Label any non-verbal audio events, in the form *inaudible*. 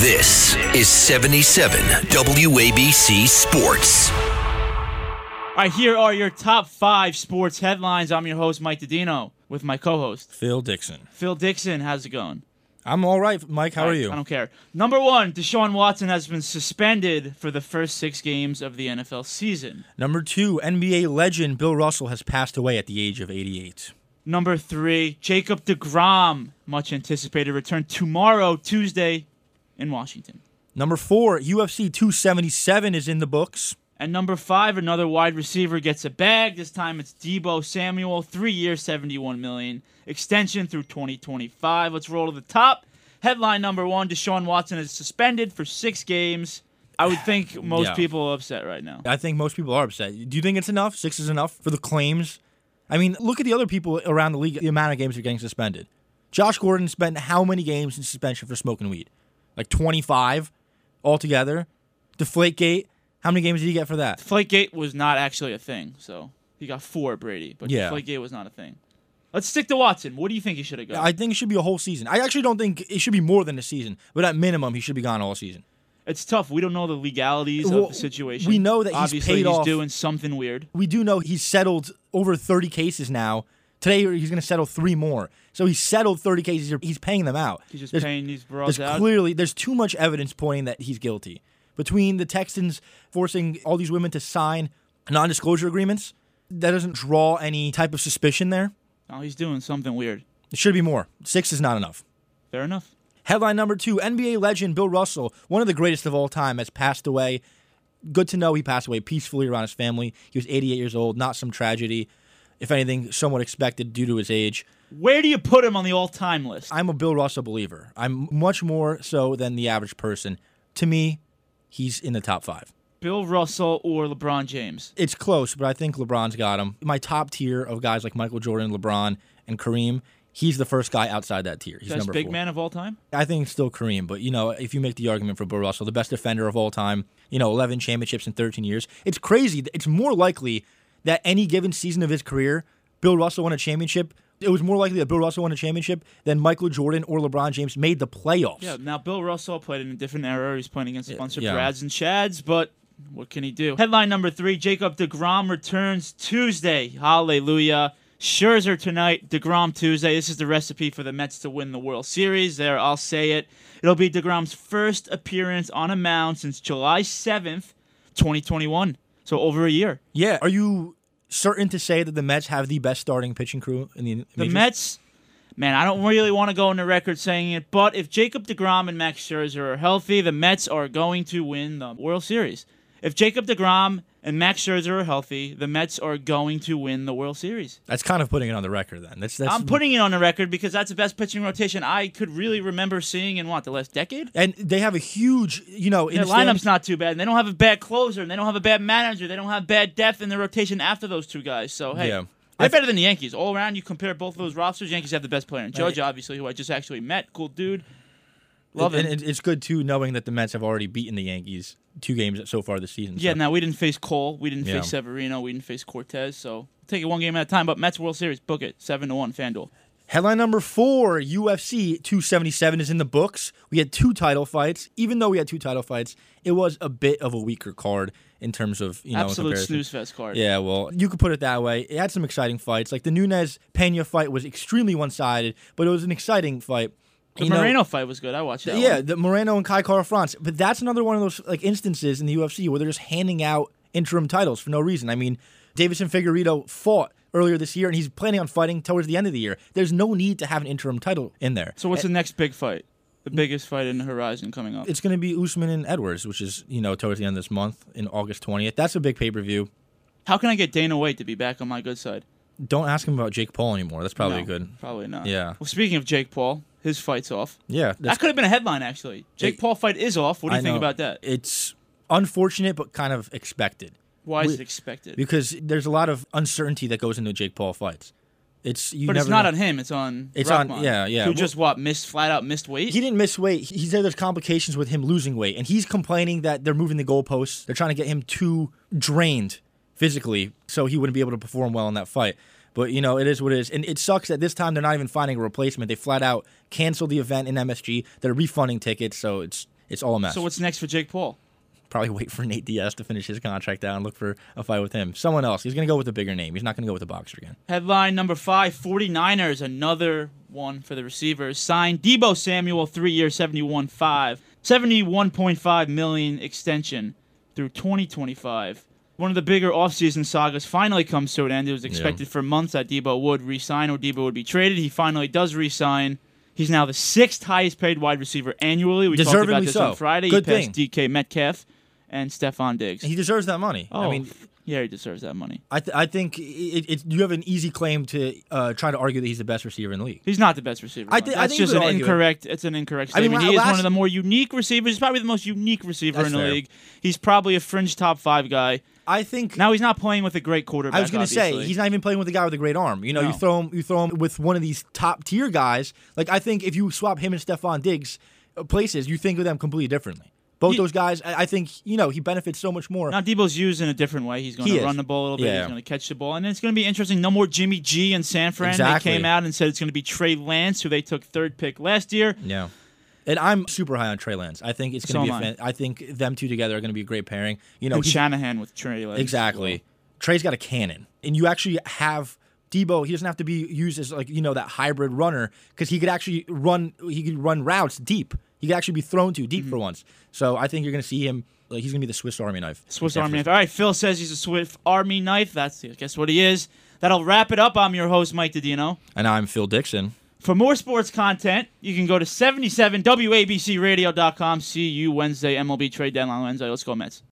This is 77 WABC Sports. All right, here are your top five sports headlines. I'm your host, Mike Dodino, with my co host, Phil Dixon. Phil Dixon. How's it going? I'm all right, Mike. How are I, you? I don't care. Number one, Deshaun Watson has been suspended for the first six games of the NFL season. Number two, NBA legend Bill Russell has passed away at the age of 88. Number three, Jacob DeGrom, much anticipated return tomorrow, Tuesday, in Washington. Number four, UFC 277 is in the books. And number five, another wide receiver gets a bag. This time it's Debo Samuel, three years, seventy-one million, extension through twenty twenty-five. Let's roll to the top. Headline number one: Deshaun Watson is suspended for six games. I would *sighs* think most Yeah. people are upset right now. I think most people are upset. Do you think it's enough? Six is enough for the claims? I mean, look at the other people around the league, the amount of games they're getting suspended. Josh Gordon spent how many games in suspension for smoking weed? Like 25 altogether. Deflategate, how many games did he get for that? Flakegate was not actually a thing, so he got four Brady, but Yeah. Flakegate was not a thing. Let's stick to Watson. What do you think he should have got? I think it should be a whole season. I actually don't think it should be more than a season, but at minimum, he should be gone all season. it's tough. We don't know the legalities Well, of the situation. we know that he's obviously paid he's off- doing something weird. we do know he's settled over 30 cases now. Today he's going to settle three more. So he's settled 30 cases. He's paying them out. He's just There's- paying these bros There's out. clearly there's too much evidence pointing that he's guilty. Between the Texans forcing all these women to sign non-disclosure agreements, that doesn't draw any type of suspicion there. Oh, he's doing something weird. It should be more. Six is not enough. Fair enough. Headline number two: NBA legend Bill Russell, one of the greatest of all time, has passed away. Good to know he passed away peacefully around his family. He was 88 years old, not some tragedy. If anything, somewhat expected due to his age. Where do you put him on the all-time list? I'm a Bill Russell believer. I'm much more so than the average person. To me, he's in the top five. Bill Russell or LeBron James? It's close, but I think LeBron's got him. My top tier of guys like Michael Jordan, LeBron, and Kareem, he's the first guy outside that tier. He's Best number big four. man of all time? I think it's still Kareem, but you know, if you make the argument for Bill Russell, the best defender of all time, you know, 11 championships in 13 years, it's crazy. It's more likely that any given season of his career, Bill Russell won a championship. It was more likely that Bill Russell won a championship than Michael Jordan or LeBron James made the playoffs. Yeah, now Bill Russell played in a different era. He's playing against a bunch of yeah. Brads and Chads, but what can he do? Headline number three, Jacob DeGrom returns Tuesday. Hallelujah. Scherzer tonight, DeGrom Tuesday. This is the recipe for the Mets to win the World Series. There, I'll say it. It'll be DeGrom's first appearance on a mound since July 7th, 2021. So over a year. Yeah. Are you certain to say that the Mets have the best starting pitching crew in the The majors? Mets, man, I don't really want to go on the record saying it, but if Jacob DeGrom and Max Scherzer are healthy, the Mets are going to win the World Series. If Jacob DeGrom and Max Scherzer are healthy, the Mets are going to win the World Series. That's kind of putting it on the record then. That's that's I'm putting it on the record because that's the best pitching rotation I could really remember seeing in what the last decade. and they have a huge, you know, in Their the lineup's standings- not too bad, and they don't have a bad closer, and they don't have a bad manager, they don't have bad depth in their rotation after those two guys. So hey, Yeah. they're I- better than the Yankees all around. You compare both of those rosters, Yankees have the best player in Judge, obviously, who I just actually met, cool dude. Love and it. it- it's good too knowing that the Mets have already beaten the Yankees two games so far this season. so- Yeah, now we didn't face Cole, we didn't Yeah. face Severino, we didn't face Cortez, so take it one game at a time. But Mets World Series, book it, seven to one, FanDuel. Headline number four UFC 277 is in the books. We had two title fights. Even though we had two title fights, it was a bit of a weaker card in terms of, you know, Absolute comparison. snooze fest card. Yeah, well, you could put it that way. It had some exciting fights. Like the Nunez Pena fight was extremely one sided, but it was an exciting fight. The You know- Moreno fight was good. I watched that. yeah, one. the Moreno and Kai Kara France. But that's another one of those like instances in the UFC where they're just handing out interim titles for no reason. I mean, Davison Figueredo fought earlier this year, and he's planning on fighting towards the end of the year. There's no need to have an interim title in there. So what's the next big fight? The biggest fight in the horizon coming up. It's going to be Usman and Edwards, which is you know towards the end of this month in August 20th. That's a big pay per view. How can I get Dana White to be back on my good side? Don't ask him about Jake Paul anymore. That's probably No, good. Probably not. Yeah. Well, speaking of Jake Paul, his fight's off. Yeah, That could have been a headline actually. Jake It- Paul fight is off. What do you think about that? It's unfortunate, but kind of expected. Why is we- it expected? because there's a lot of uncertunty that goes into Jake Paul fights. It's you but never it's not know. on him. It's on. It's on- Rakhmonov, yeah, yeah. Who Well- just what missed flat out missed weight. he didn't miss weight. He said there's complications with him losing weight, and he's complaining that they're moving the goalposts. They're trying to get him too drained physically, so he wouldn't be able to perform well in that fight. But you know, it is what it is, and it sucks that this time they're not even finding a replacement. They flat out canceled the event in MSG. They're refunding tickets, so it's It's all a mess. So what's next for Jake Paul? Probably wait for Nate Diaz to finish his contract out and look for a fight with him. Someone else. He's going to go with a bigger name. He's not going to go with a boxer again. Headline number five 49ers, another one for the receivers. Signed Debo Samuel, three year, 71 5 71.5 million extension through 2025. One of the bigger offseason sagas finally comes to an end. It was expected for months that Debo would resign or Debo would be traded. He finally does resign. He's now the sixth highest paid wide receiver annually. We talked about Deservedly this so. on Friday. Good he passed thing. DK Metcalf and Stefan Diggs. He deserves that money. oh, I mean, yeah, he deserves that money. I, th- I think it, it, you have an easy claim to uh, try to argue that he's the best receiver in the league. He's not the best receiver. I Mike. thi- I That's think you just could an argue it. incorrect. It's an incorrect I mean, statement. la- he is one last- of the more unique receivers. He's probably the most unique receiver That's in the fair. league. He's probably a fringe top five guy. I think Now he's not playing with a great quarterback. I was going to say obviously. he's not even playing with a guy with a great arm. You know, No. you throw him, you throw him with one of these top tier guys. Like I think if you swap him and Stephon Diggs uh, places, you think of them completely differently. Both Ye- those guys, I I think you know he benefits so much more. Now Debo's used in a different way. He's going He to is. run the ball a little bit. Yeah. He's going to catch the ball, and it's going to be interesting. No more Jimmy G in San Fran. Exactly. They came out and said it's going to be Trey Lance, who they took third pick last year. yeah, and I'm super high on Trey Lance. I think it's So going to am be. A I. fan- I think them two together are going to be a great pairing. You know, And he- Shanahan with Trey Lance. Exactly. Trey's got a cannon, and you actually have Debo. He doesn't have to be used as like you know that hybrid runner because he could actually run. He could run routes deep. He could actually be thrown to deep Mm-hmm. for once. So I think you're going to see him. Like he's going to be the Swiss Army knife. Swiss Army knife. All right, Phil says he's a Swiss Army knife. That's guess what he is. That'll wrap it up. I'm your host, Mike DiDino. And I'm Phil Dixon. For more sports content, you can go to 77wabcradio.com. See you Wednesday, MLB Trade Deadline Wednesday. Let's go, Mets.